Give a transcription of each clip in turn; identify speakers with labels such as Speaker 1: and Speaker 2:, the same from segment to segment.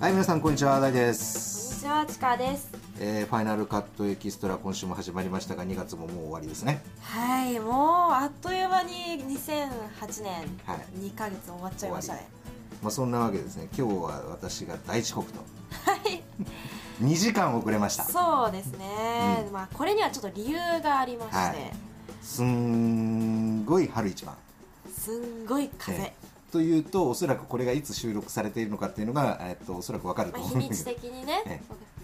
Speaker 1: はい皆さんこんにちは大で
Speaker 2: こんに
Speaker 1: す、
Speaker 2: ちは、ちかです。
Speaker 1: えーファイナルカットエキストラ今週も始まりましたが2月ももう終わりですね
Speaker 2: はい、もうあっという間に2008年
Speaker 1: はい
Speaker 2: 2ヶ月終わっちゃいましたね。
Speaker 1: まあそんなわけですね今日は私が大遅刻と
Speaker 2: はい、
Speaker 1: 2時間遅れました
Speaker 2: そうですね。
Speaker 1: う
Speaker 2: まあこれにはちょっと理由がありまして、
Speaker 1: はいすんごい春一番
Speaker 2: すんごい風、
Speaker 1: えーというとおそらくこれがいつ収録されているのかっていうのが、えーっとおそらくわかると
Speaker 2: まあ日
Speaker 1: 思うん
Speaker 2: に
Speaker 1: です
Speaker 2: ち
Speaker 1: け
Speaker 2: 的
Speaker 1: ど
Speaker 2: にね。
Speaker 1: え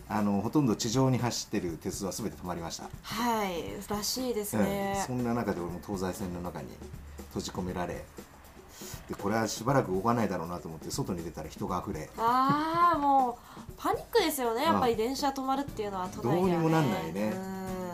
Speaker 1: あのほとんど地上に走ってる鉄道は全て止まりました、
Speaker 2: はい、らしいです
Speaker 1: うん
Speaker 2: ね
Speaker 1: そ。んな中で俺も東西線の中に閉じ込められでこれはしばらく動かないだろうなと思って外に出たら人が溢れ
Speaker 2: ああ、もうパニックですよね。やっぱ
Speaker 1: う
Speaker 2: り電車止まるっていうのは都内では、ね、
Speaker 1: どうにもなんないね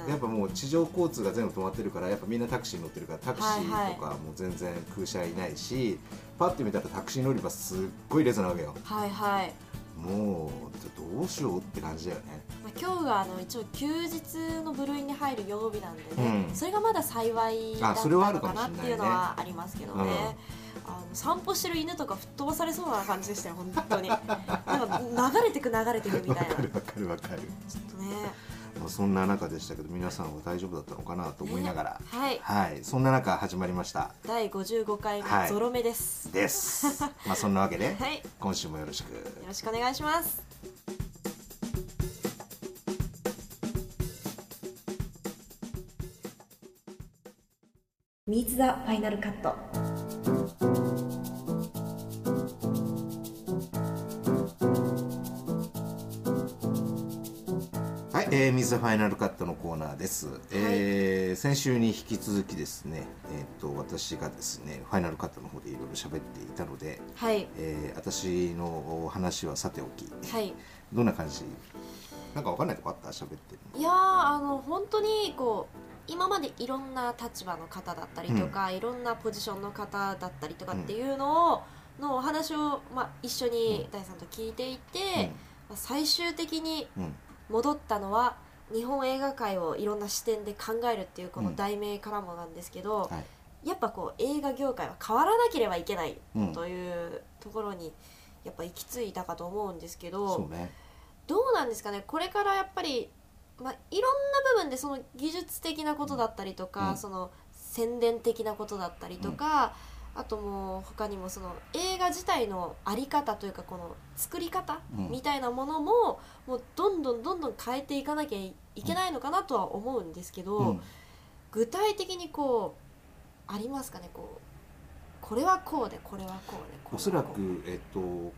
Speaker 2: うん
Speaker 1: やっぱもう地上交通が全部止まってるからやっぱみんなタクシーに乗ってるからタクシーとかもう全然空車いないし、パッて見たらタクシー乗り場すっごい列なわけよ
Speaker 2: はいはい。
Speaker 1: もうどうしようって感じだよね
Speaker 2: まあ、今日があの一応休日の部類に入る曜日なんでね、
Speaker 1: うん
Speaker 2: それがまだ幸いだ
Speaker 1: あ
Speaker 2: った
Speaker 1: それはある
Speaker 2: の
Speaker 1: か
Speaker 2: か
Speaker 1: もしれ
Speaker 2: な
Speaker 1: ない
Speaker 2: って
Speaker 1: ね
Speaker 2: いうのはありますけどね。
Speaker 1: うん
Speaker 2: あの散歩してる犬とか吹っ飛ばされそうな感じでしたよ本当になんか流れてく流れてくみ
Speaker 1: わ
Speaker 2: たいな ちょっ
Speaker 1: かるわかるわかる
Speaker 2: とね
Speaker 1: まあそんな中でしたけど皆さんは大丈夫だったのかなと思いながら、
Speaker 2: はい
Speaker 1: はいそんな中始まりました
Speaker 2: 第55回
Speaker 1: は
Speaker 2: 目
Speaker 1: い
Speaker 2: ゾロ目です、
Speaker 1: ですまあそんなわけで、
Speaker 2: はいよ
Speaker 1: 今週もよろしく
Speaker 2: ろしくお願いします
Speaker 3: ミーツザファイナルカット。
Speaker 1: はい、えー、水ファイナルカットのコーナーです、えー先週に引き続きですね、えー、と私がですねファイナルカットの方でいろいろ喋っていたので、
Speaker 2: はい
Speaker 1: えー私のお話はさておき
Speaker 2: はい
Speaker 1: どんな感じなんかわかんないとこあった喋ってる
Speaker 2: いやーあの本当にこう今までいろんな立場の方だったりとか、いろんなポジションの方だったりとかっていうのを、のお話を、まあ、一緒に大さんと聞いていて、まあ最終的に
Speaker 1: うんうん
Speaker 2: 戻ったのは日本映画界をいろんな視点で考えるっていうこ
Speaker 1: う
Speaker 2: の
Speaker 1: ん
Speaker 2: 題名からもなんですけど、
Speaker 1: はい
Speaker 2: やっぱこう映画業界は変わらなければいけない
Speaker 1: うん
Speaker 2: というところにやっぱ行き着いたかと思うんですけど。
Speaker 1: そうね
Speaker 2: どうなんですかねこれからやっぱり、まあ、いろんな部分でその技術的なことだったりとか、
Speaker 1: うん
Speaker 2: その宣伝的なことだったりとか、あともう他にもその映画自体のあり方というかこの作り方
Speaker 1: うん
Speaker 2: みたいなものも、もうどんどんどんどん変えていかなきゃいけないのかなとは思うんですけど、
Speaker 1: うん
Speaker 2: 具体的にこうありますかねこうこれはこうでこれはこうでこれはこう
Speaker 1: おそらくえっ、と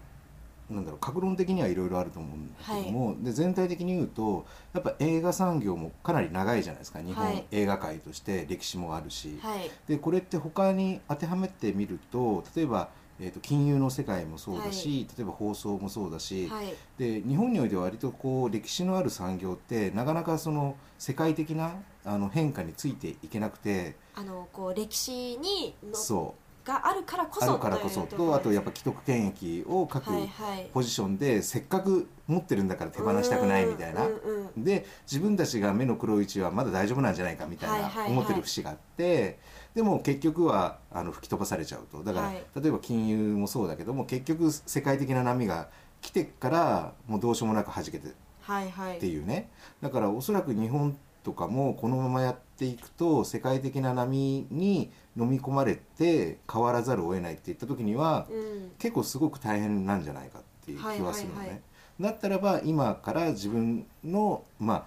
Speaker 1: なんだろう格論的にはいろいろあると思うんだけども、で全体的に言うとやっぱ映画産業もかなり長いじゃないですか日
Speaker 2: は
Speaker 1: 本
Speaker 2: い
Speaker 1: 映画界として歴史もあるし、
Speaker 2: はい
Speaker 1: でこれって他に当てはめてみると例えば、えー、と金融の世界もそうだし、例えば放送もそうだし、
Speaker 2: はい
Speaker 1: で日本においては割とこう歴史のある産業ってなかなかその世界的なあの変化についていけなくて
Speaker 2: あのこう歴史にの
Speaker 1: そ
Speaker 2: があるからこ
Speaker 1: うあ
Speaker 2: そ
Speaker 1: るからこそ
Speaker 2: と
Speaker 1: と
Speaker 2: いうこ
Speaker 1: あとやっ
Speaker 2: ぱ
Speaker 1: ぱ既得権益を各
Speaker 2: はいはい
Speaker 1: ポジションでせっかく持ってるんだから手放したくないみたいな
Speaker 2: うんうんうん
Speaker 1: で自分たちが目の黒いうちはまだ大丈夫なんじゃないかみたい
Speaker 2: はいはい
Speaker 1: な
Speaker 2: はい
Speaker 1: 思ってる節があって、でも結局はあの吹き飛ばされちゃうとだから、
Speaker 2: はい
Speaker 1: 例えば金融もそうだけども結局世界的な波が来てからもうどうしようもなく弾けてっ
Speaker 2: はいはい
Speaker 1: ていうねだからおそらく日本とかもこのままやっていくと世界的な波に飲み込まれて変わらざるを得ないっていった時には
Speaker 2: うん
Speaker 1: 結構すごく大変なんじゃないかっていう気はするのね。
Speaker 2: はいはいはい
Speaker 1: だったらば今から自分のまあ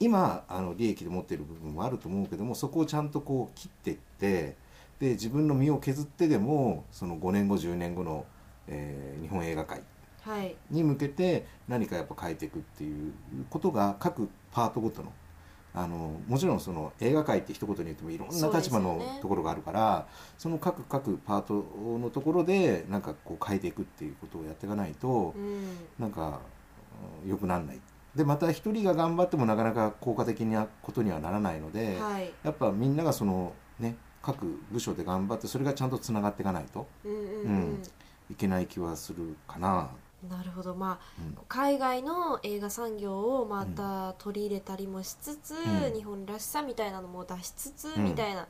Speaker 1: 今あの利益で持っている部分もあると思うけどもそこをちゃんとこう切っていってで自分の身を削ってでもその5年後10年後の、えー日本映画界
Speaker 2: はい
Speaker 1: に向けて何かやっぱ変えていくっていうことが各パートごとのあのもちろんその映画界って一言に言ってもいろんな立場
Speaker 2: そう
Speaker 1: の
Speaker 2: ですよね
Speaker 1: ところがあるからそ,、の各各パートのところでなんかこう変えていくっていうことをやっていかないと
Speaker 2: うん
Speaker 1: なんかうん良くならない。でまた一人が頑張ってもなかなか効果的なことにはならないので、
Speaker 2: はい
Speaker 1: やっぱみんながそのね各部署で頑張ってそれがちゃんとつながっていかないと
Speaker 2: うんうん
Speaker 1: いけない気はするかな。
Speaker 2: うんなるほどまあ
Speaker 1: うん
Speaker 2: 海外の映画産業をまた取り入れたりもしつつ、
Speaker 1: うん
Speaker 2: 日本らしさみたいなのも出しつつ、
Speaker 1: ん
Speaker 2: みたいな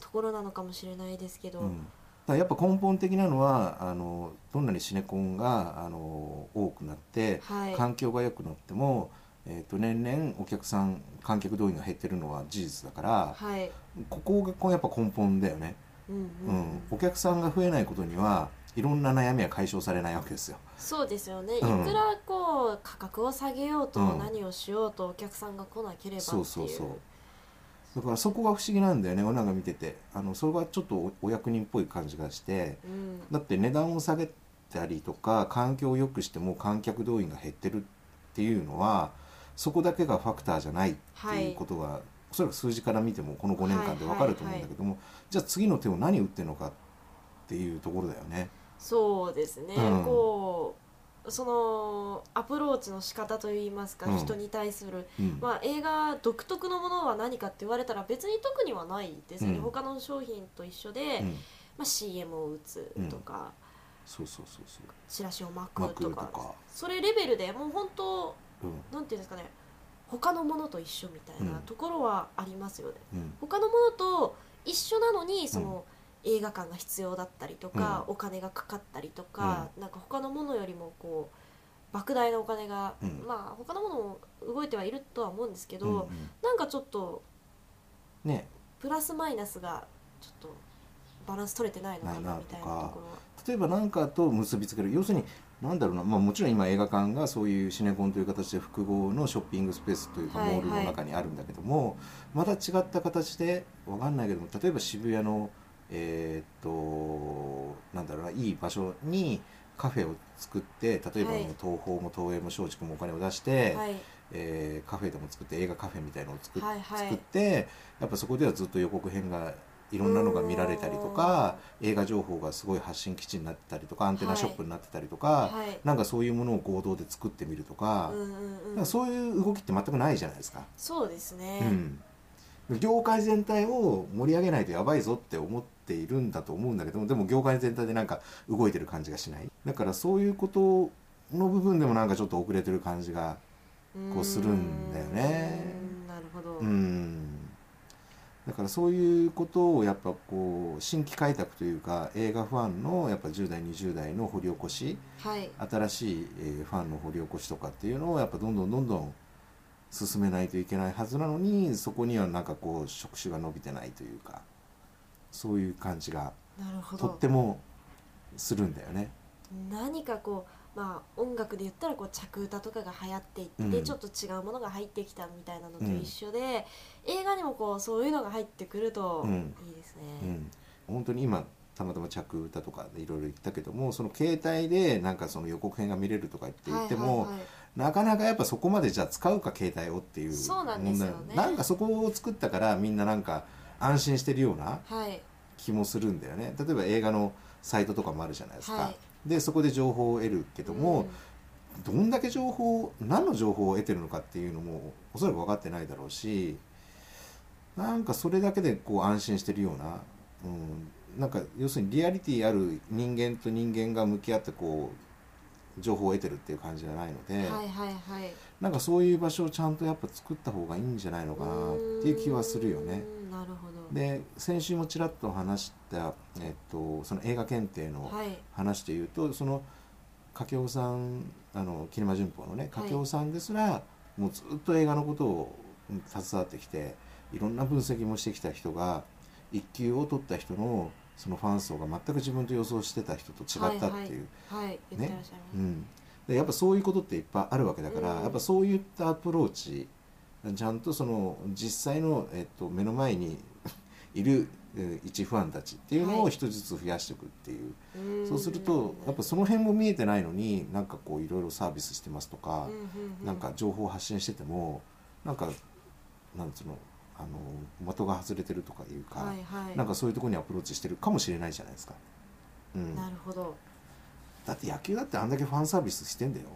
Speaker 2: ところなのかもしれないですけど、
Speaker 1: うんからやっぱ根本的なのはあのどんなにシネコンがあの多くなって
Speaker 2: はい
Speaker 1: 環境が良くなっても、えー、と年々お客さん観客動員が減ってるのは事実だから
Speaker 2: はい
Speaker 1: ここがこうやっぱ根本だよね、
Speaker 2: うん
Speaker 1: う
Speaker 2: うんん、
Speaker 1: お客さんが増えないことにはいろんな悩みは解消されないわけですよ。
Speaker 2: そうですよね、
Speaker 1: うん
Speaker 2: いくらこう価格を下げようと、
Speaker 1: うん
Speaker 2: 何をしようとお客さんが来なければってい
Speaker 1: そううそうそうだからそこが不思議なんだよねなんか見ててあのそれがちょっとおお役人っぽい感じがして
Speaker 2: うん、
Speaker 1: だって値段を下げたりとか環境を良くしても観客動員が減ってるっていうのはそこだけがファクターじゃないっていうことが、おそらく数字から見てもこの5年間でわかると思うんだけども、じゃあ次の手を何打ってるのかっていうところだよね。
Speaker 2: そうですね、
Speaker 1: うん
Speaker 2: こうそのアプローチの仕方といいますか、
Speaker 1: うん
Speaker 2: 人に対する、
Speaker 1: うん
Speaker 2: まあ、映画独特のものは何かって言われたら別に特にはないですよね、
Speaker 1: うん
Speaker 2: 他の商品と一緒で、
Speaker 1: うん
Speaker 2: まあ、CM を打つとか、
Speaker 1: そうそうそうそう
Speaker 2: チラシを巻
Speaker 1: ま
Speaker 2: く
Speaker 1: く
Speaker 2: と
Speaker 1: と
Speaker 2: か
Speaker 1: か、
Speaker 2: それレベルでもう本当
Speaker 1: うん
Speaker 2: なんていうんですかね他のものと一緒みたいな
Speaker 1: うん
Speaker 2: ところはありますよね、
Speaker 1: うん
Speaker 2: 他のものと一緒なのにその、映画館が必要だったりとか、お金がかかったりとか、なんか他のものよりもこう莫大なお金が、
Speaker 1: うん
Speaker 2: まあ他のものも動いてはいるとは思うんですけど、
Speaker 1: うんうん
Speaker 2: なんかちょっと
Speaker 1: ね
Speaker 2: プラスマイナスがちょっとバランス取れてないのか
Speaker 1: ない
Speaker 2: な
Speaker 1: な
Speaker 2: みたいな
Speaker 1: とか
Speaker 2: ところは。
Speaker 1: 例えば何かと結びつける要するに何だろうな、まあ、もちろん今映画館がそういうシネコンという形で複合のショッピングスペースというか
Speaker 2: はいはい
Speaker 1: モールの中にあるんだけども、また違った形でわかんないけども例えば渋谷のえーっとなんだろうないい場所にカフェを作って例えばも
Speaker 2: は
Speaker 1: う
Speaker 2: い
Speaker 1: 東宝も東映も松竹もお金を出して、
Speaker 2: はい、
Speaker 1: えーカフェでも作って映画カフェみたいのを作っ
Speaker 2: はいはい
Speaker 1: 作ってやっぱそこではずっと予告編がいろんなのが見られたりとか映画情報がすごい発信基地になってたりとかアンテナショップになってたりとか、
Speaker 2: はい
Speaker 1: なんかそういうものを合同で作ってみるとか,、
Speaker 2: うんうんう
Speaker 1: な
Speaker 2: ん、
Speaker 1: んかそういう動きって全くないじゃないですか。
Speaker 2: そうですね、
Speaker 1: うん、業界全体を盛り上げないとやばいぞって思っているんだと思うんだけどもでも業界全体でなんか動いてる感じがしないだからそういうことの部分でもなんかちょっと遅れてる感じがこうするんだよね
Speaker 2: うーんなるほど、
Speaker 1: うんだからそういうことをやっぱこう新規開拓というか映画ファンのやっぱ10代20代の掘り起こし
Speaker 2: はい
Speaker 1: 新しいえーファンの掘り起こしとかっていうのをやっぱどんどんどんどん進めないといけないはずなのにそこにはなんかこう触手が伸びてないというかそういう感じが
Speaker 2: なるほ
Speaker 1: と
Speaker 2: ど
Speaker 1: ってもするんだよね。
Speaker 2: 何かこうまあ音楽で言ったらこう着歌とかが流行っていって、
Speaker 1: うん
Speaker 2: ちょっと違うものが入ってきたみたいなのと一緒で、映画にもこうそういうのが入ってくると
Speaker 1: うん
Speaker 2: いいです
Speaker 1: う
Speaker 2: ね。
Speaker 1: ん、本当に今たまたま着歌とかでいろいろ言ったけどもその携帯でなんかその予告編が見れるとかって言っても、
Speaker 2: はいはいはい
Speaker 1: なかなかやっぱそこまでじゃあ使うか携帯をっていう
Speaker 2: そうなんですよね
Speaker 1: なんかそこを作ったからみんななんか安心してるような
Speaker 2: はい
Speaker 1: 気もするんだよね例えば映画のサイトとかもあるじゃないですか、
Speaker 2: は
Speaker 1: でそこで情報を得るけども、どんだけ情報を何の情報を得てるのかっていうのもおそらく分かってないだろうしなんかそれだけでこう安心してるような、うん、なんか要するにリアリティある人間と人間が向き合ってこう情報を得てるっていう感じじゃないので、
Speaker 2: はいはいはい
Speaker 1: なんかそういう場所をちゃんとやっぱ作った方がいいんじゃないのかなっていう気はするよね。
Speaker 2: うーんなるほど
Speaker 1: で先週もちらっと話した、えっと、その映画検定の
Speaker 2: はい
Speaker 1: 話でいうと、その掛夫さんあのキネマ旬報のね掛夫さんですら、もうずっと映画のことをうん携わってきていろんな分析もしてきた人が一級を取った人のそのファン層が全く自分と予想してた人と違ったっていう。
Speaker 2: はいはい言ってらっしゃいます。
Speaker 1: うん、でやっぱそういうことっていっぱいあるわけだから、
Speaker 2: うん
Speaker 1: やっぱそういったアプローチちゃんとその実際の、えっと、目の前に いるえー一ファンたちっていうの
Speaker 2: は
Speaker 1: を
Speaker 2: い
Speaker 1: 一つずつ増やしていくっていう、
Speaker 2: うーん
Speaker 1: そうするとやっぱその辺も見えてないのになんかこういろいろサービスしてますとか
Speaker 2: う、んう
Speaker 1: なんか情報発信しててもなんかなんつうのあの的が外れてるとかいうか、
Speaker 2: はいはい
Speaker 1: なんかそういうところにアプローチしてるかもしれないじゃないですか。うん、
Speaker 2: なるほど
Speaker 1: だって野球だってあんだけファンサービスしてんだよ。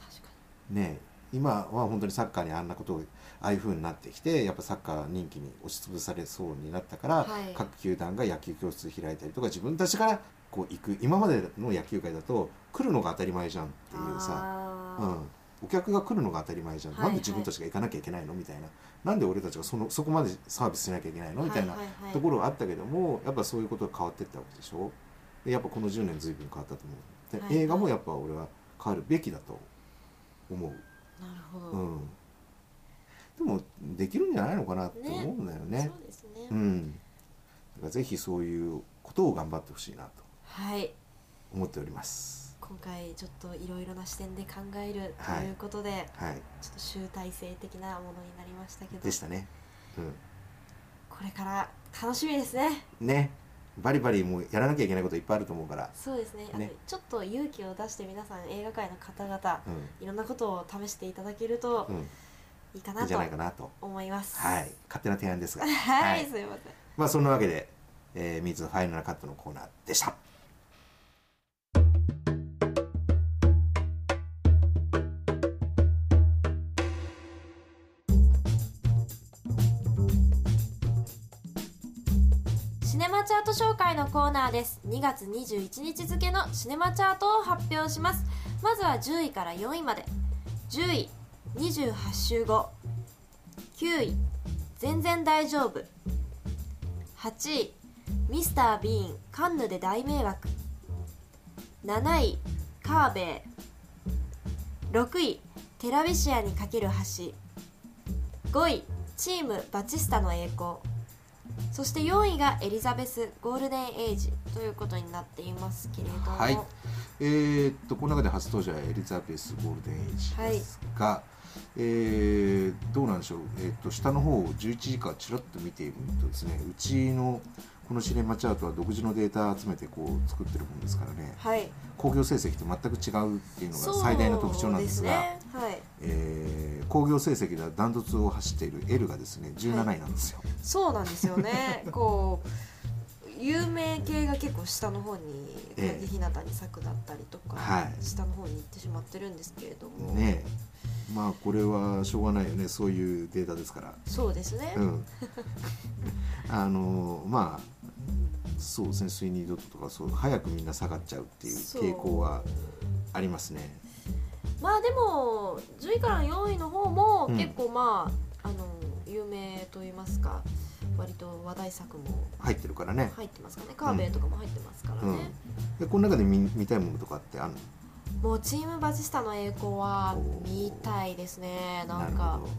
Speaker 2: 確か
Speaker 1: ねえ今は本当にサッカーにあんなことをああいう風になってきてやっぱサッカー人気に押しつぶされそうになったから、
Speaker 2: はい
Speaker 1: 各球団が野球教室開いたりとか自分たちからこう行く今までの野球界だと来るのが当たり前じゃんって
Speaker 2: に
Speaker 1: いうさ、
Speaker 2: あ
Speaker 1: う
Speaker 2: ー
Speaker 1: ん、お客が来るのが当たり前じゃん、
Speaker 2: はいはい
Speaker 1: なんで自分たちが行かなきゃいけないのみたいななんで俺たちがそのそこまでサービスしなきゃいけないのみたいな
Speaker 2: はいはいはい
Speaker 1: ところはあったけどもやっぱそういうことが変わっていったわけでしょ。でやっぱこの10年随分変わったと思う
Speaker 2: は
Speaker 1: で
Speaker 2: い
Speaker 1: 映画もやっぱ俺は変わるべきだと思
Speaker 2: なるほ
Speaker 1: う、う
Speaker 2: ど、
Speaker 1: ん、でもできるんじゃないのかなって
Speaker 2: ね
Speaker 1: 思うんだよね
Speaker 2: そうですね、
Speaker 1: うん、だからぜひそういうことを頑張ってほしいなと
Speaker 2: はい
Speaker 1: 思っております
Speaker 2: 今回ちょっといろいろな視点で考えるということで、
Speaker 1: はい
Speaker 2: ちょっと集大成的なものになりましたけど
Speaker 1: でしたね、
Speaker 2: これから楽しみですね
Speaker 1: うん、ねバリバリもうやらなきゃいけないこといっぱいあると思うから、
Speaker 2: そうですねあの
Speaker 1: ね
Speaker 2: ちょっと勇気を出して皆さん映画界の方々
Speaker 1: うん
Speaker 2: いろんなことを試していただけると
Speaker 1: うん、
Speaker 2: いいか
Speaker 1: いい
Speaker 2: なん
Speaker 1: じゃ
Speaker 2: と
Speaker 1: ないかなと
Speaker 2: 思います
Speaker 1: はい勝手な提案ですが
Speaker 2: はい、
Speaker 1: はい
Speaker 2: すいません
Speaker 1: まあそんなわけで「えー、ミーツファイナルカット」のコーナーでした
Speaker 2: シネマチャート紹介のコーナーです2月21日付のシネマチャートを発表しますまずは10位から4位まで10位28週後9位全然大丈夫8位ミスター・ビーンカンヌで大迷惑7位カーベイ6位テラビシアにかける橋5位チームバチスタの栄光そして4位がエリザベスゴールデンエイジということになっていますけれども、
Speaker 1: はいえー、っとこの中で初登場はエリザベス・ゴールデンエイジですが、えーどうなんでしょう、えーっと下の方を11時からちらっと見ているとですねうちのこのシネマチャートは独自のデータ集めてこう作ってるもんですからね
Speaker 2: はい、
Speaker 1: 興行成績と全く違うっていうのが最大の特徴なんですが
Speaker 2: そうですねはい、
Speaker 1: えー興行成績ではダントツを走っている L がですね17位なんですよ。
Speaker 2: そうなんですよ ねこう有名系が結構下の方に
Speaker 1: ええ
Speaker 2: 影ひなたに咲くだったりとか、
Speaker 1: はい
Speaker 2: 下の方に行ってしまってるんですけれども、
Speaker 1: ねえまあこれはしょうがないよねそういうデータですから。
Speaker 2: そうですね、
Speaker 1: うん、あのまあそうですね水にドットとかそう早くみんな下がっちゃうっていう傾向はありますね。
Speaker 2: まあでも10位から4位の方も
Speaker 1: うん
Speaker 2: 結構まあ、あの有名と言いますか割と話題作も
Speaker 1: 入ってるからね。
Speaker 2: 入ってますかねカーベイとかも入ってますからね、
Speaker 1: うんでこの中で見見たいものとかってあるの
Speaker 2: もうチームバチスタの栄光は見たいですねなんか
Speaker 1: るほど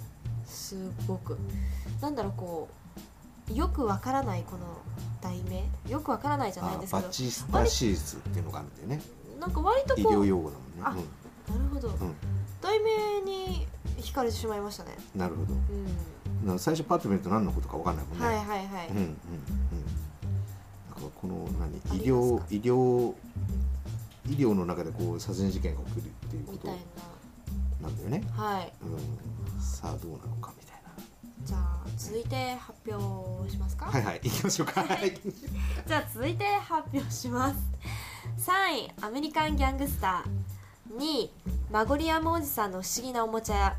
Speaker 2: すごくなんだろうこうよくわからないこの題名よくわからないじゃない
Speaker 1: あ
Speaker 2: ですけ
Speaker 1: バ
Speaker 2: ど
Speaker 1: チスタ手術っていうのがあるんだよね
Speaker 2: なんか割と
Speaker 1: 医
Speaker 2: こ
Speaker 1: 療
Speaker 2: うなる
Speaker 1: 用語だもんね。
Speaker 2: あほど、
Speaker 1: ん
Speaker 2: 題名に惹かれてしまいましたね
Speaker 1: うん、なるほど
Speaker 2: うん、
Speaker 1: な最初パッと見ると何のことか分かんないもんね。
Speaker 2: はいはいはい、
Speaker 1: うんうんうん。だからこの何
Speaker 2: あり
Speaker 1: 医療
Speaker 2: ますか
Speaker 1: 医療医療の中でこう殺人事件が起きるっていうこ
Speaker 2: みたい
Speaker 1: となんだよね。
Speaker 2: なはい
Speaker 1: うん、さあどうなのかみたい
Speaker 2: じゃあ続いて発表しますか、
Speaker 1: な。はいはい行きましょうか。はい。
Speaker 2: じゃあ続いて発表します3位アメリカンギャングスター2位マゴリアムおじさんの不思議なおもちゃ屋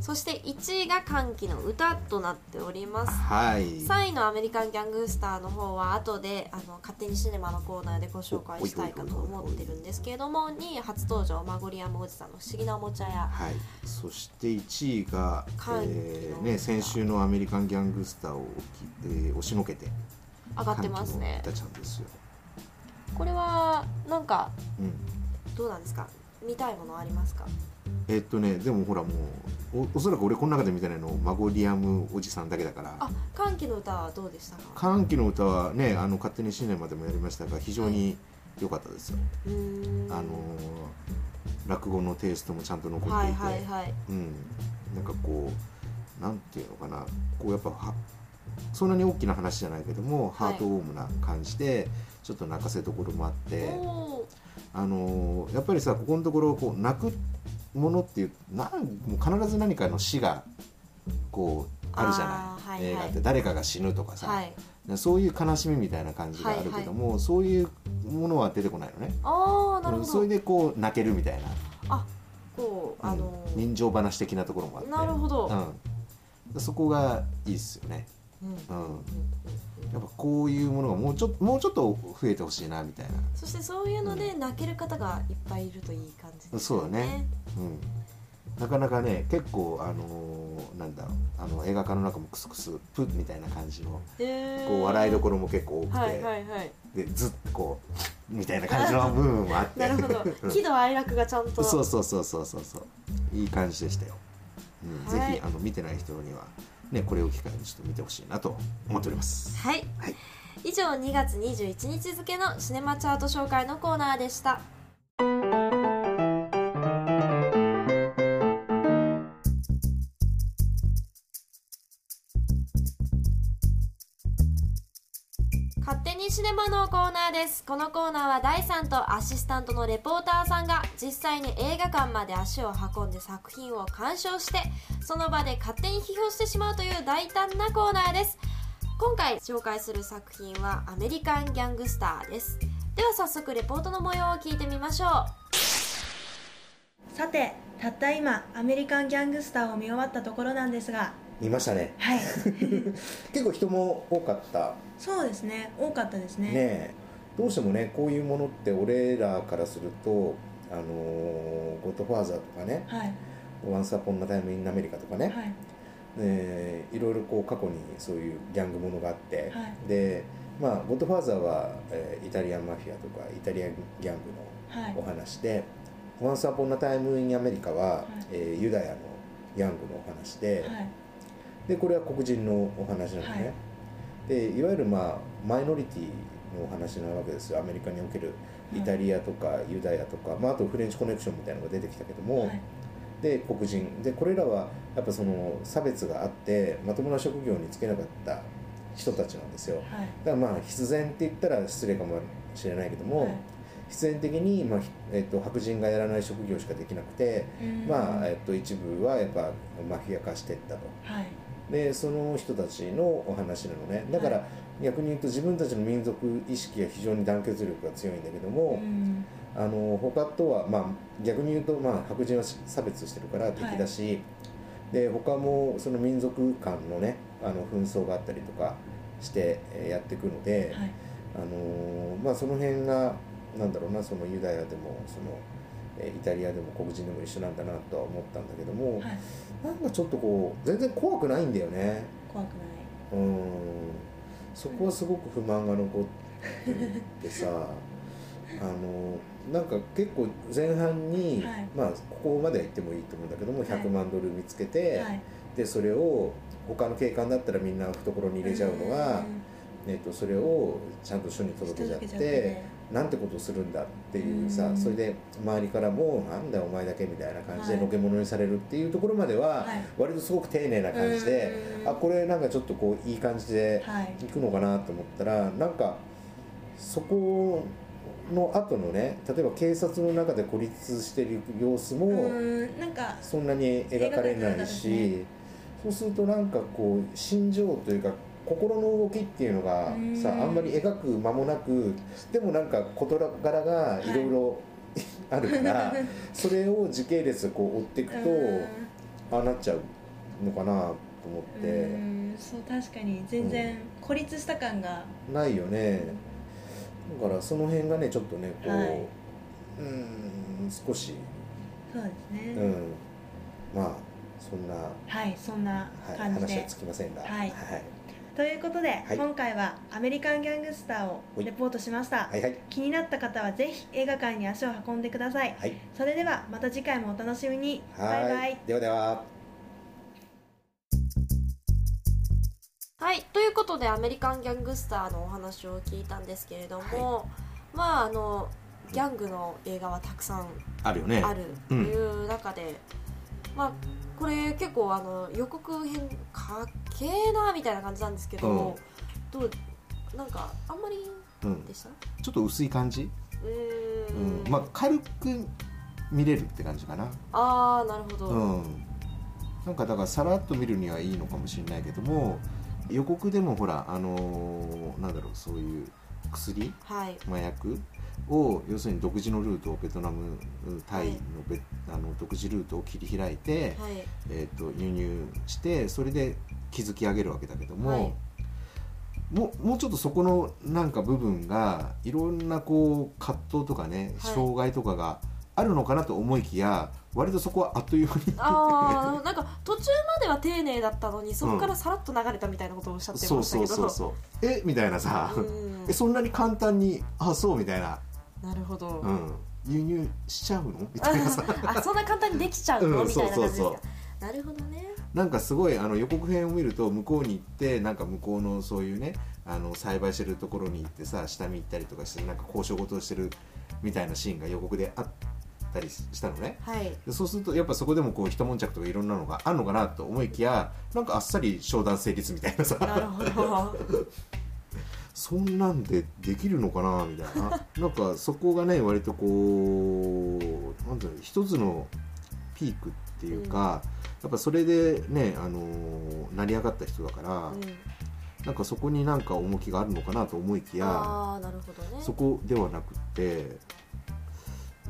Speaker 2: そして1位が歓喜の歌となっております
Speaker 1: はい。
Speaker 2: 3位のアメリカンギャングスターの方は後であの勝手にシネマのコーナーでご紹介したいかと思ってるんですけれども2位初登場マゴリアムおじさんの不思議なおもちゃ屋
Speaker 1: はい。そして1位が、
Speaker 2: 歓喜の歌
Speaker 1: えーね、先週のアメリカンギャングスターをき、えー押しのけて
Speaker 2: 上がってますね
Speaker 1: 歓喜の歌ちゃんですよ。
Speaker 2: これはなんか
Speaker 1: うん。
Speaker 2: どうなんですか見たいものありますか
Speaker 1: えっとねでもほらもうおおそらく俺この中で見てないのマゴリアムおじさんだけだから。
Speaker 2: あ歓喜の歌はどうでしたか
Speaker 1: 歓喜の歌はねあの勝手に新年までもやりましたが非常に良かったですよ、
Speaker 2: うーん
Speaker 1: あのー落語のテイストもちゃんと残っ
Speaker 2: は
Speaker 1: てい
Speaker 2: い
Speaker 1: て、
Speaker 2: はいはい
Speaker 1: うん、なんかこうなんていうのかなこうやっぱはそんなに大きな話じゃないけども、
Speaker 2: はい
Speaker 1: ハートウォームな感じでちょっと泣かせどころもあって、
Speaker 2: おー
Speaker 1: あのーやっぱりさここのところこう泣くものっていうなんもう必ず何かの死がこうあるじゃない
Speaker 2: あーはいはい
Speaker 1: 映画って誰かが死ぬとかさ、
Speaker 2: はい
Speaker 1: そういう悲しみみたいな感じがあるけども、そういうものは出てこないのね
Speaker 2: ああなる
Speaker 1: うん
Speaker 2: ほ
Speaker 1: そ
Speaker 2: ど
Speaker 1: れでこう泣けるみたいな、
Speaker 2: こうあの
Speaker 1: うん人情話的なところもあって
Speaker 2: なるほど
Speaker 1: うん、そこがいいっすよね、
Speaker 2: うん
Speaker 1: うん、やっぱこういうものがもうちょっともうちょっと増えてほしいなみたいな、
Speaker 2: そしてそういうので泣ける方がいっぱいいるといい感じです
Speaker 1: そうだねうん、なかなかね結構あのーなんだろうあの映画化の中もクスクスプッみたいな感じの
Speaker 2: へー
Speaker 1: こう笑いどころも結構多くて、
Speaker 2: はいはいはい
Speaker 1: でずっとこうみたいな感じの部分もあって
Speaker 2: なる ほど喜怒哀楽がちゃんと
Speaker 1: そうそうそうそうそうそういい感じでしたよ、うん
Speaker 2: はい
Speaker 1: ぜひあの見てない人にはねこれを機会にちょっと見てほしいなと思っております
Speaker 2: はい、
Speaker 1: はい
Speaker 2: 以上2月21日付のシネマチャート紹介のコーナーでした勝手にシネマのコーナーですこのコーナーは第3とアシスタントのレポーターさんが実際に映画館まで足を運んで作品を鑑賞してその場で勝手に批評してしまうという大胆なコーナーです今回紹介する作品はアメリカンギャングスターですでは早速レポートの模様を聞いてみましょう
Speaker 4: さてたった今アメリカンギャングスターを見終わったところなんですが
Speaker 1: 見ましたね
Speaker 4: はい
Speaker 1: 結構人も多かった
Speaker 4: そうですね多かったですね
Speaker 1: ねえどうしてもねこういうものって俺らからすると「あのーゴッドファーザー」とかね
Speaker 4: はい
Speaker 1: 「ワンサポンナタイムインアメリカ」とかね、
Speaker 4: はい
Speaker 1: えーいろいろこう過去にそういうギャングものがあって、
Speaker 4: はい
Speaker 1: でまあ「ゴッドファーザーは」えーイタリアンマフィアとかイタリアンギャングの
Speaker 4: はい
Speaker 1: お話で「ワンサポンナタイムインアメリカは」
Speaker 4: い
Speaker 1: えーユダヤのギャングのお話で、
Speaker 4: はい
Speaker 1: でこれは黒人のお話なのね、
Speaker 4: はい
Speaker 1: い、でいわゆる、まあ、マイノリティのお話なわけですよアメリカにおけるイタリアとかユダヤとか、まあ、あとフレンチコネクションみたいなのが出てきたけども、
Speaker 4: はい
Speaker 1: で黒人でこれらはやっぱその差別があってまともな職業に就けなかった人たちなんですよ
Speaker 4: はい
Speaker 1: だからまあ必然って言ったら失礼かもしれないけども、
Speaker 4: はい
Speaker 1: 必然的に、まあひえっと白人がやらない職業しかできなくて、
Speaker 4: うん
Speaker 1: まあえっと、一部はやっぱマフィア化していったと。
Speaker 4: はい
Speaker 1: でその人たちのお話なのねだから、
Speaker 4: は
Speaker 1: 逆に言うと自分たちの民族意識が非常に団結力が強いんだけども
Speaker 4: う、ん
Speaker 1: あの他とは、まあ、逆に言うと、まあ、白人は差別してるから敵だし、で他もその民族間のねあの紛争があったりとかしてえーやっていくので、
Speaker 4: はい
Speaker 1: あのーまあ、その辺がなんだろうなそのユダヤでもそのえーイタリアでも黒人でも一緒なんだなとは思ったんだけども、
Speaker 4: はい
Speaker 1: なんかちょっとこう全然怖くないんだよね。
Speaker 4: 怖くな
Speaker 1: うーんそこはすごく不満が残ってさあのなんか結構前半に、
Speaker 4: はい
Speaker 1: まあここまでは行ってもいいと思うんだけども、
Speaker 4: はい
Speaker 1: 100万ドル見つけ
Speaker 4: い
Speaker 1: て、
Speaker 4: はい
Speaker 1: でそれを他の警官だったらみんな懐に入れちゃうのは、えっとそれをちゃんと署に
Speaker 4: うん
Speaker 1: 届けちゃって
Speaker 4: 人付
Speaker 1: なんてことするんだっていうさ、
Speaker 4: うん
Speaker 1: それで周りからも「なんだよお前だけ」みたいな感じで
Speaker 4: はい
Speaker 1: のけ者にされるっていうところまでは、
Speaker 4: はい
Speaker 1: 割とすごく丁寧な感じで、
Speaker 4: うん
Speaker 1: あこれなんかちょっとこういい感じで
Speaker 4: けてはい
Speaker 1: 行くのかなと思ったらなんかそこの後のね例えば警察の中で孤立してる様子も
Speaker 4: うんなんか
Speaker 1: そんなに描かれないし、
Speaker 4: 描かれな
Speaker 1: そうするとなんかこう心情というか心の動きっていうのが
Speaker 4: うん
Speaker 1: さあんまり描く間もなくでもなんか事柄がいろいろ あるから、それを時系列でこう追っていくと、
Speaker 4: うん
Speaker 1: ああなっちゃうのかなと思っ
Speaker 4: う
Speaker 1: て。
Speaker 4: んそう確かに全然孤立した感が
Speaker 1: ないよねだからその辺がねちょっとねこう、
Speaker 4: はいう
Speaker 1: ーん少し、
Speaker 4: そうですね、
Speaker 1: うん、まあそんな、は、
Speaker 4: はいそんない感じ
Speaker 1: 話
Speaker 4: で
Speaker 1: はつきませんが
Speaker 4: はい
Speaker 1: はい
Speaker 4: ということで、
Speaker 1: はい
Speaker 4: 今回はアメリカンギャングスターをレポートしました、
Speaker 1: はいはい
Speaker 4: 気になった方はぜひ映画館に足を運んでください
Speaker 1: はい
Speaker 4: それではまた次回もお楽しみにバイ
Speaker 1: は
Speaker 4: バ
Speaker 1: い
Speaker 4: イ
Speaker 1: ではでは
Speaker 2: はいということでアメリカンギャングスターのお話を聞いたんですけれども、まああのギャングの映画はたくさん
Speaker 1: あるよね
Speaker 2: あるという中で、まあこれ結構あの予告編かっけえなみたいな感じなんですけど、
Speaker 1: うん
Speaker 2: どうなんかあんまり
Speaker 1: うん
Speaker 2: でした
Speaker 1: ちょっと薄い感じ、
Speaker 2: うー
Speaker 1: うん
Speaker 2: ん、
Speaker 1: まあ軽く見れるって感じかな
Speaker 2: ああなるほど、
Speaker 1: うん、なんかだからさらっと見るにはいいのかもしれないけども予告でもほらあのーなんだろうそういう薬
Speaker 2: はい
Speaker 1: 麻薬を要するに独自のルートをベトナムタイのベ、あの独自ルートを切り開いて、
Speaker 2: はい
Speaker 1: えー、と輸入してそれで築き上げるわけだけども、
Speaker 2: はい
Speaker 1: もうもうちょっとそこのなんか部分がいろんなこう葛藤とかね、
Speaker 2: はい
Speaker 1: 障害とかがああるのかなと思いきや割とそこはあっという間に
Speaker 2: ああなんか途中までは丁寧だったのにそこからさらっと流れたみたいなことをおっしゃって
Speaker 1: そ
Speaker 2: ま
Speaker 1: う
Speaker 2: した
Speaker 1: そ
Speaker 2: け
Speaker 1: うそう
Speaker 2: ど
Speaker 1: そうえみたいなさ、
Speaker 2: うん
Speaker 1: えそんなに簡単にあそうみたいな、
Speaker 2: なるほど、
Speaker 1: うん、輸入しちゃうのみたいなさ
Speaker 2: あそんな簡単にできちゃうの、
Speaker 1: うん
Speaker 2: みたいな感じですか
Speaker 1: そうそう
Speaker 2: なるほどね
Speaker 1: なんかすごいあの予告編を見ると向こうに行ってなんか向こうのそういうねあの栽培してるところに行ってさ下見行ったりとかしてなんか交渉事をしてるみたいなシーンが予告であったりしたのね
Speaker 2: はい
Speaker 1: でそうするとやっぱそこでもこう一悶着とかいろんなのがあるのかなと思いきやなんかあっさり商談成立みたいなさ
Speaker 2: なるほど
Speaker 1: そんなんでできるのかなみたい ななんかそこがね割とこうなんだろう一つのピークっていうか、やっぱそれでね、あのー成り上がった人だから、
Speaker 2: うん
Speaker 1: なんかそこになんか重きがあるのかなと思いきや
Speaker 2: ああなるほどね
Speaker 1: そこではなくって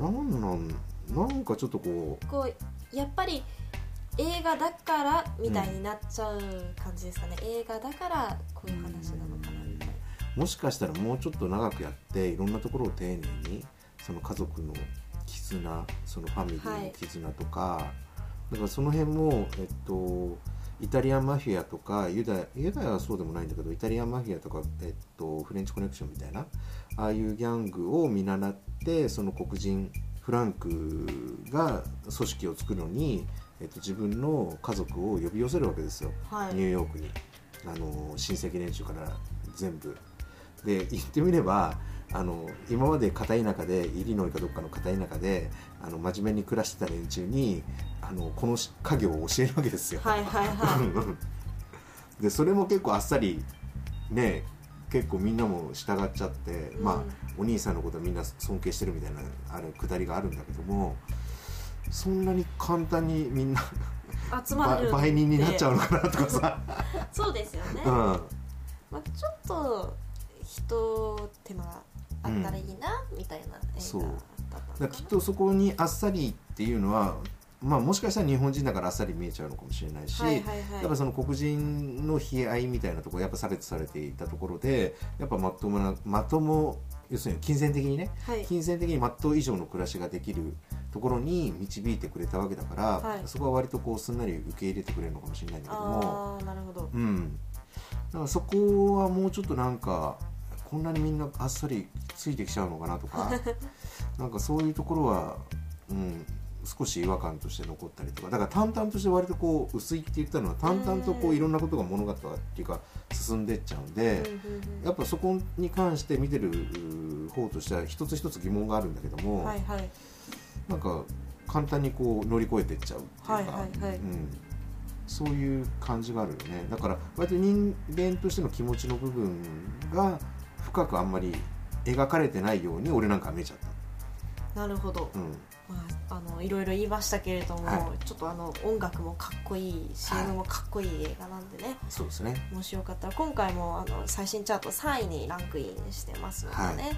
Speaker 1: なんなんなんかちょっとこう
Speaker 2: こうやっぱり映画だからみたいになっちゃう感じですかね、映画だからこういう話なのかなみたいな
Speaker 1: もしかしたらもうちょっと長くやっていろんなところを丁寧にその家族の絆そのファミリーの絆とか、だからその辺も、えっと、イタリアンマフィアとかユダヤユダヤはそうでもないんだけどイタリアンマフィアとか、えっと、フレンチコネクションみたいなああいうギャングを見習ってその黒人フランクが組織を作るのに、えっと、自分の家族を呼び寄せるわけですよ。
Speaker 2: はい
Speaker 1: ニューヨークに、あの親戚連中から全部で言ってみればあの今まで片田舎でイリノイかどっかの片田舎であの真面目に暮らしてた連中にあのこのし家業を教えるわけですよ。
Speaker 2: はいはいは
Speaker 1: でそれも結構あっさりね結構みんなも従っちゃって、
Speaker 2: うん
Speaker 1: まあお兄さんのことはみんな尊敬してるみたいなあれくだりがあるんだけどもそんなに簡単にみんない
Speaker 2: 集ま
Speaker 1: ば
Speaker 2: るの
Speaker 1: 売人になっちゃ
Speaker 2: う
Speaker 1: うのかなとかさ。
Speaker 2: そうですよね、ま
Speaker 1: うん
Speaker 2: あ、ちょっと人手間があったらいいな、みたいな映
Speaker 1: そう
Speaker 2: 画だったのか
Speaker 1: だから
Speaker 2: な
Speaker 1: きっとそこにあっさりっていうのは、まあ、もしかしたら日本人だからあっさり見えちゃうのかもしれないし、
Speaker 2: はいはいはい
Speaker 1: やっぱその黒人の悲哀みたいなところやっぱ差別されていたところでやっぱまともなまとも要するに金銭的にね
Speaker 2: はい
Speaker 1: 金銭的にまっとう以上の暮らしができるところに導いてくれたわけだから、
Speaker 2: はい
Speaker 1: そこは割とこうすんなり受け入れてくれるのかもしれないんだけども。
Speaker 2: ああなるほど
Speaker 1: うん、だからそこはもうちょっとなんかこんなにみんなあっさりついてきちゃうのかな とかなんかそういうところは、うん、少し違和感として残ったりとかだから淡々として割とこう薄いって言ったのは淡々とこ
Speaker 2: う
Speaker 1: うんいろんなことが物語っていうか進んでっちゃうんで。
Speaker 2: うんうんうん
Speaker 1: やっぱそこに関して見てるう方としては一つ一つ疑問があるんだけども、
Speaker 2: はいはい
Speaker 1: なんか簡単にこう乗り越えてっちゃうっていうか、
Speaker 2: はいはいはい
Speaker 1: うん、そういう感じがあるよねだから割と人間としての気持ちの部分が深くあんまり描かれてないように俺なんか見えちゃっ
Speaker 2: なるほど
Speaker 1: た、うん、
Speaker 2: まあ、あのいろいろ言いましたけれども、
Speaker 1: は
Speaker 2: ちょっとあの音楽もかっこいい CM もかっこいい映画なんでね、
Speaker 1: そうですね
Speaker 2: もしよかったら今回もあの最新チャート3位にランクインしてますのでね、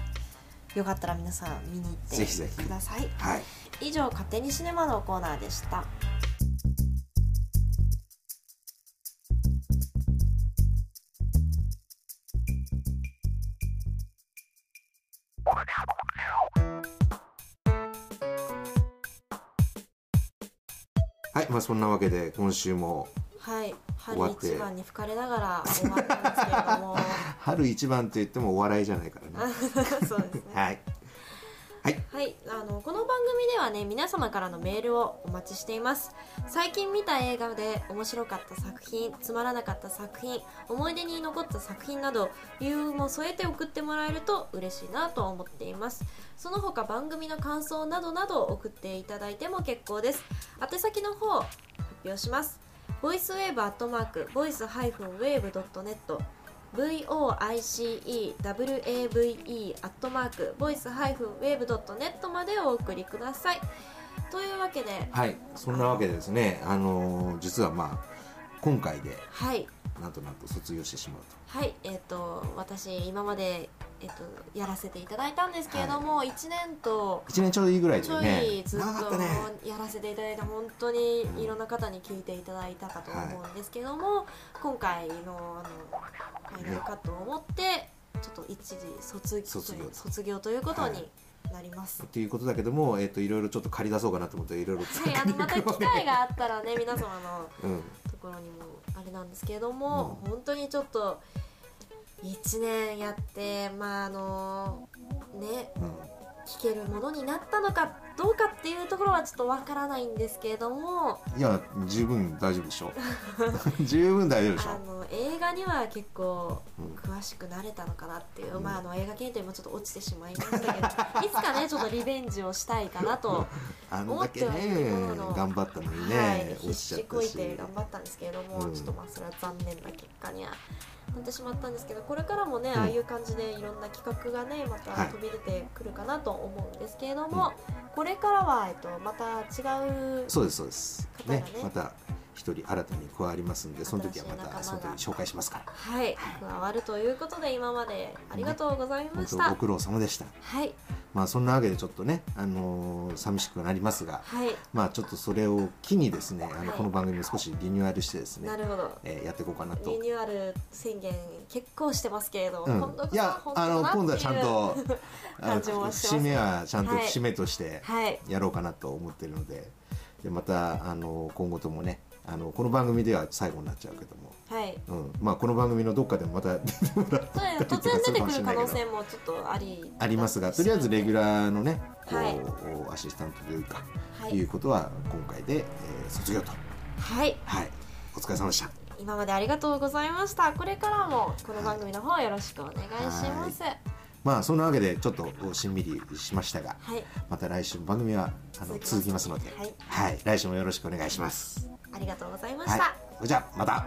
Speaker 2: よかったら皆さん見に行って
Speaker 1: ぜひぜひ
Speaker 2: ください
Speaker 1: はい
Speaker 2: 以上「勝手にシネマ」のコーナーでした
Speaker 1: はいまあそんなわけで今週も
Speaker 2: はい春
Speaker 1: 終わって
Speaker 2: 一番に吹かれながら終わったんですけれど も
Speaker 1: 春一番といってもお笑いじゃないからね
Speaker 2: そうですね
Speaker 1: はい
Speaker 2: はい、あのこの番組ではね皆様からのメールをお待ちしています最近見た映画で面白かった作品つまらなかった作品思い出に残った作品など理由も添えて送ってもらえると嬉しいなと思っていますその他番組の感想などなど送っていただいても結構です宛先の方発表しますボイスウェーブアットマークボイスハイフンウェーブドットネット voicewave アットマークボイスハイフンウェーブドットネットまでお送りくださいというわけで
Speaker 1: はいそんなわけでですねあのー実はまあ今回で
Speaker 2: はい
Speaker 1: なんとなんと卒業してしまうと
Speaker 2: はいえっ、と私今までえっ、とやらせていただいたんですけれども、1年と
Speaker 1: 1年ちょうどいいぐらいで
Speaker 2: ちょ
Speaker 1: ね
Speaker 2: いずっ
Speaker 1: 長かったね
Speaker 2: とやらせていただいて本当にいろんな方に聞いていただいたかと思うんですけども、今回のあのファイナルカットをもってちょっと一時卒
Speaker 1: 卒業
Speaker 2: 卒業ということ
Speaker 1: は
Speaker 2: になります。
Speaker 1: っていうことだけども、えっといろいろちょっと借り出そうかなと思っていろいろ
Speaker 2: はい、あのまた機会があったらね皆様の
Speaker 1: うん、
Speaker 2: ところにもあれなんですけれども、本当にちょっと1年やってまああのね
Speaker 1: うん、
Speaker 2: 聞けるものになったのかどうかっていうところはちょっとわからないんですけれども
Speaker 1: いや十分大丈夫でしょ 十分大丈夫でしょ
Speaker 2: あの映画には結構
Speaker 1: うん
Speaker 2: 詳しくなれたのかなっていう、
Speaker 1: うん
Speaker 2: まあ、あの映画検定もちょっと落ちてしまいましたけど いつかねちょっとリベンジをしたいかなと、
Speaker 1: あんだけ
Speaker 2: 思ってはい
Speaker 1: ね
Speaker 2: るものの
Speaker 1: 頑張ったのにね、
Speaker 2: はい、
Speaker 1: 落
Speaker 2: 必
Speaker 1: ちちゃ
Speaker 2: 死
Speaker 1: っ
Speaker 2: こ
Speaker 1: た
Speaker 2: い
Speaker 1: して
Speaker 2: 頑張ったんですけれども、
Speaker 1: うん
Speaker 2: ちょっとまあそれは残念な結果にはなってしまったんですけどこれからもね、
Speaker 1: うん
Speaker 2: ああいう感じでいろんな企画がねまた
Speaker 1: はい
Speaker 2: 飛び出てくるかなと思うんですけれども、これからは、えっと、また違う
Speaker 1: そうですそうです
Speaker 2: 方が
Speaker 1: ね
Speaker 2: ね
Speaker 1: また一人新たに加わりますんでその時は
Speaker 2: 新
Speaker 1: ま
Speaker 2: しい仲間
Speaker 1: た
Speaker 2: が
Speaker 1: その時に紹介しますから
Speaker 2: はい、加わるということで今までありがとうございま
Speaker 1: 本
Speaker 2: し
Speaker 1: 当
Speaker 2: た。
Speaker 1: ご苦労様でした
Speaker 2: はい、
Speaker 1: まあそんなわけでちょっとねあのー寂しくはなりますが
Speaker 2: はい、
Speaker 1: まあちょっとそれを機にですねあの
Speaker 2: はい
Speaker 1: この番組も少しリニューアルしてですね
Speaker 2: な、るほど。
Speaker 1: えーやっていこうかなと
Speaker 2: リニューアル宣言結構してますけれど、
Speaker 1: うん
Speaker 2: 今度こ
Speaker 1: い
Speaker 2: そ
Speaker 1: や
Speaker 2: 本当
Speaker 1: あ
Speaker 2: だなってい
Speaker 1: の
Speaker 2: う
Speaker 1: 今度はちゃ んとあの
Speaker 2: 感じもしてます
Speaker 1: 節目はちゃんと
Speaker 2: はい
Speaker 1: 節目として
Speaker 2: はい
Speaker 1: やろうかなと思ってるので,、でまたあの今後ともねあのこの番組では最後になっちゃうけども、
Speaker 2: はい
Speaker 1: うんまあ、この番組のどっかでもまた 出てもらっ
Speaker 2: そうです突然出てくる可能性もちょっとあり
Speaker 1: ありますが とりあえずレギュ
Speaker 2: ラ
Speaker 1: ラーのねこう、
Speaker 2: はい
Speaker 1: アシスタントというか、、
Speaker 2: はいいう
Speaker 1: ことは今回で、えー卒業と、
Speaker 2: はい
Speaker 1: はい、お疲れ様でした。
Speaker 2: 今までありがとうございましたこれからもこの番組の方よろしくお願いしますはい
Speaker 1: まあそんなわけでちょっとしんみりしましたが
Speaker 2: はい
Speaker 1: また来週も番組はあの続
Speaker 2: 続
Speaker 1: き
Speaker 2: き
Speaker 1: ま
Speaker 2: ますす
Speaker 1: ので、は
Speaker 2: はいい、
Speaker 1: 来週もよろしくお願いします。
Speaker 2: ありがとうございました、
Speaker 1: はい、じゃあまた。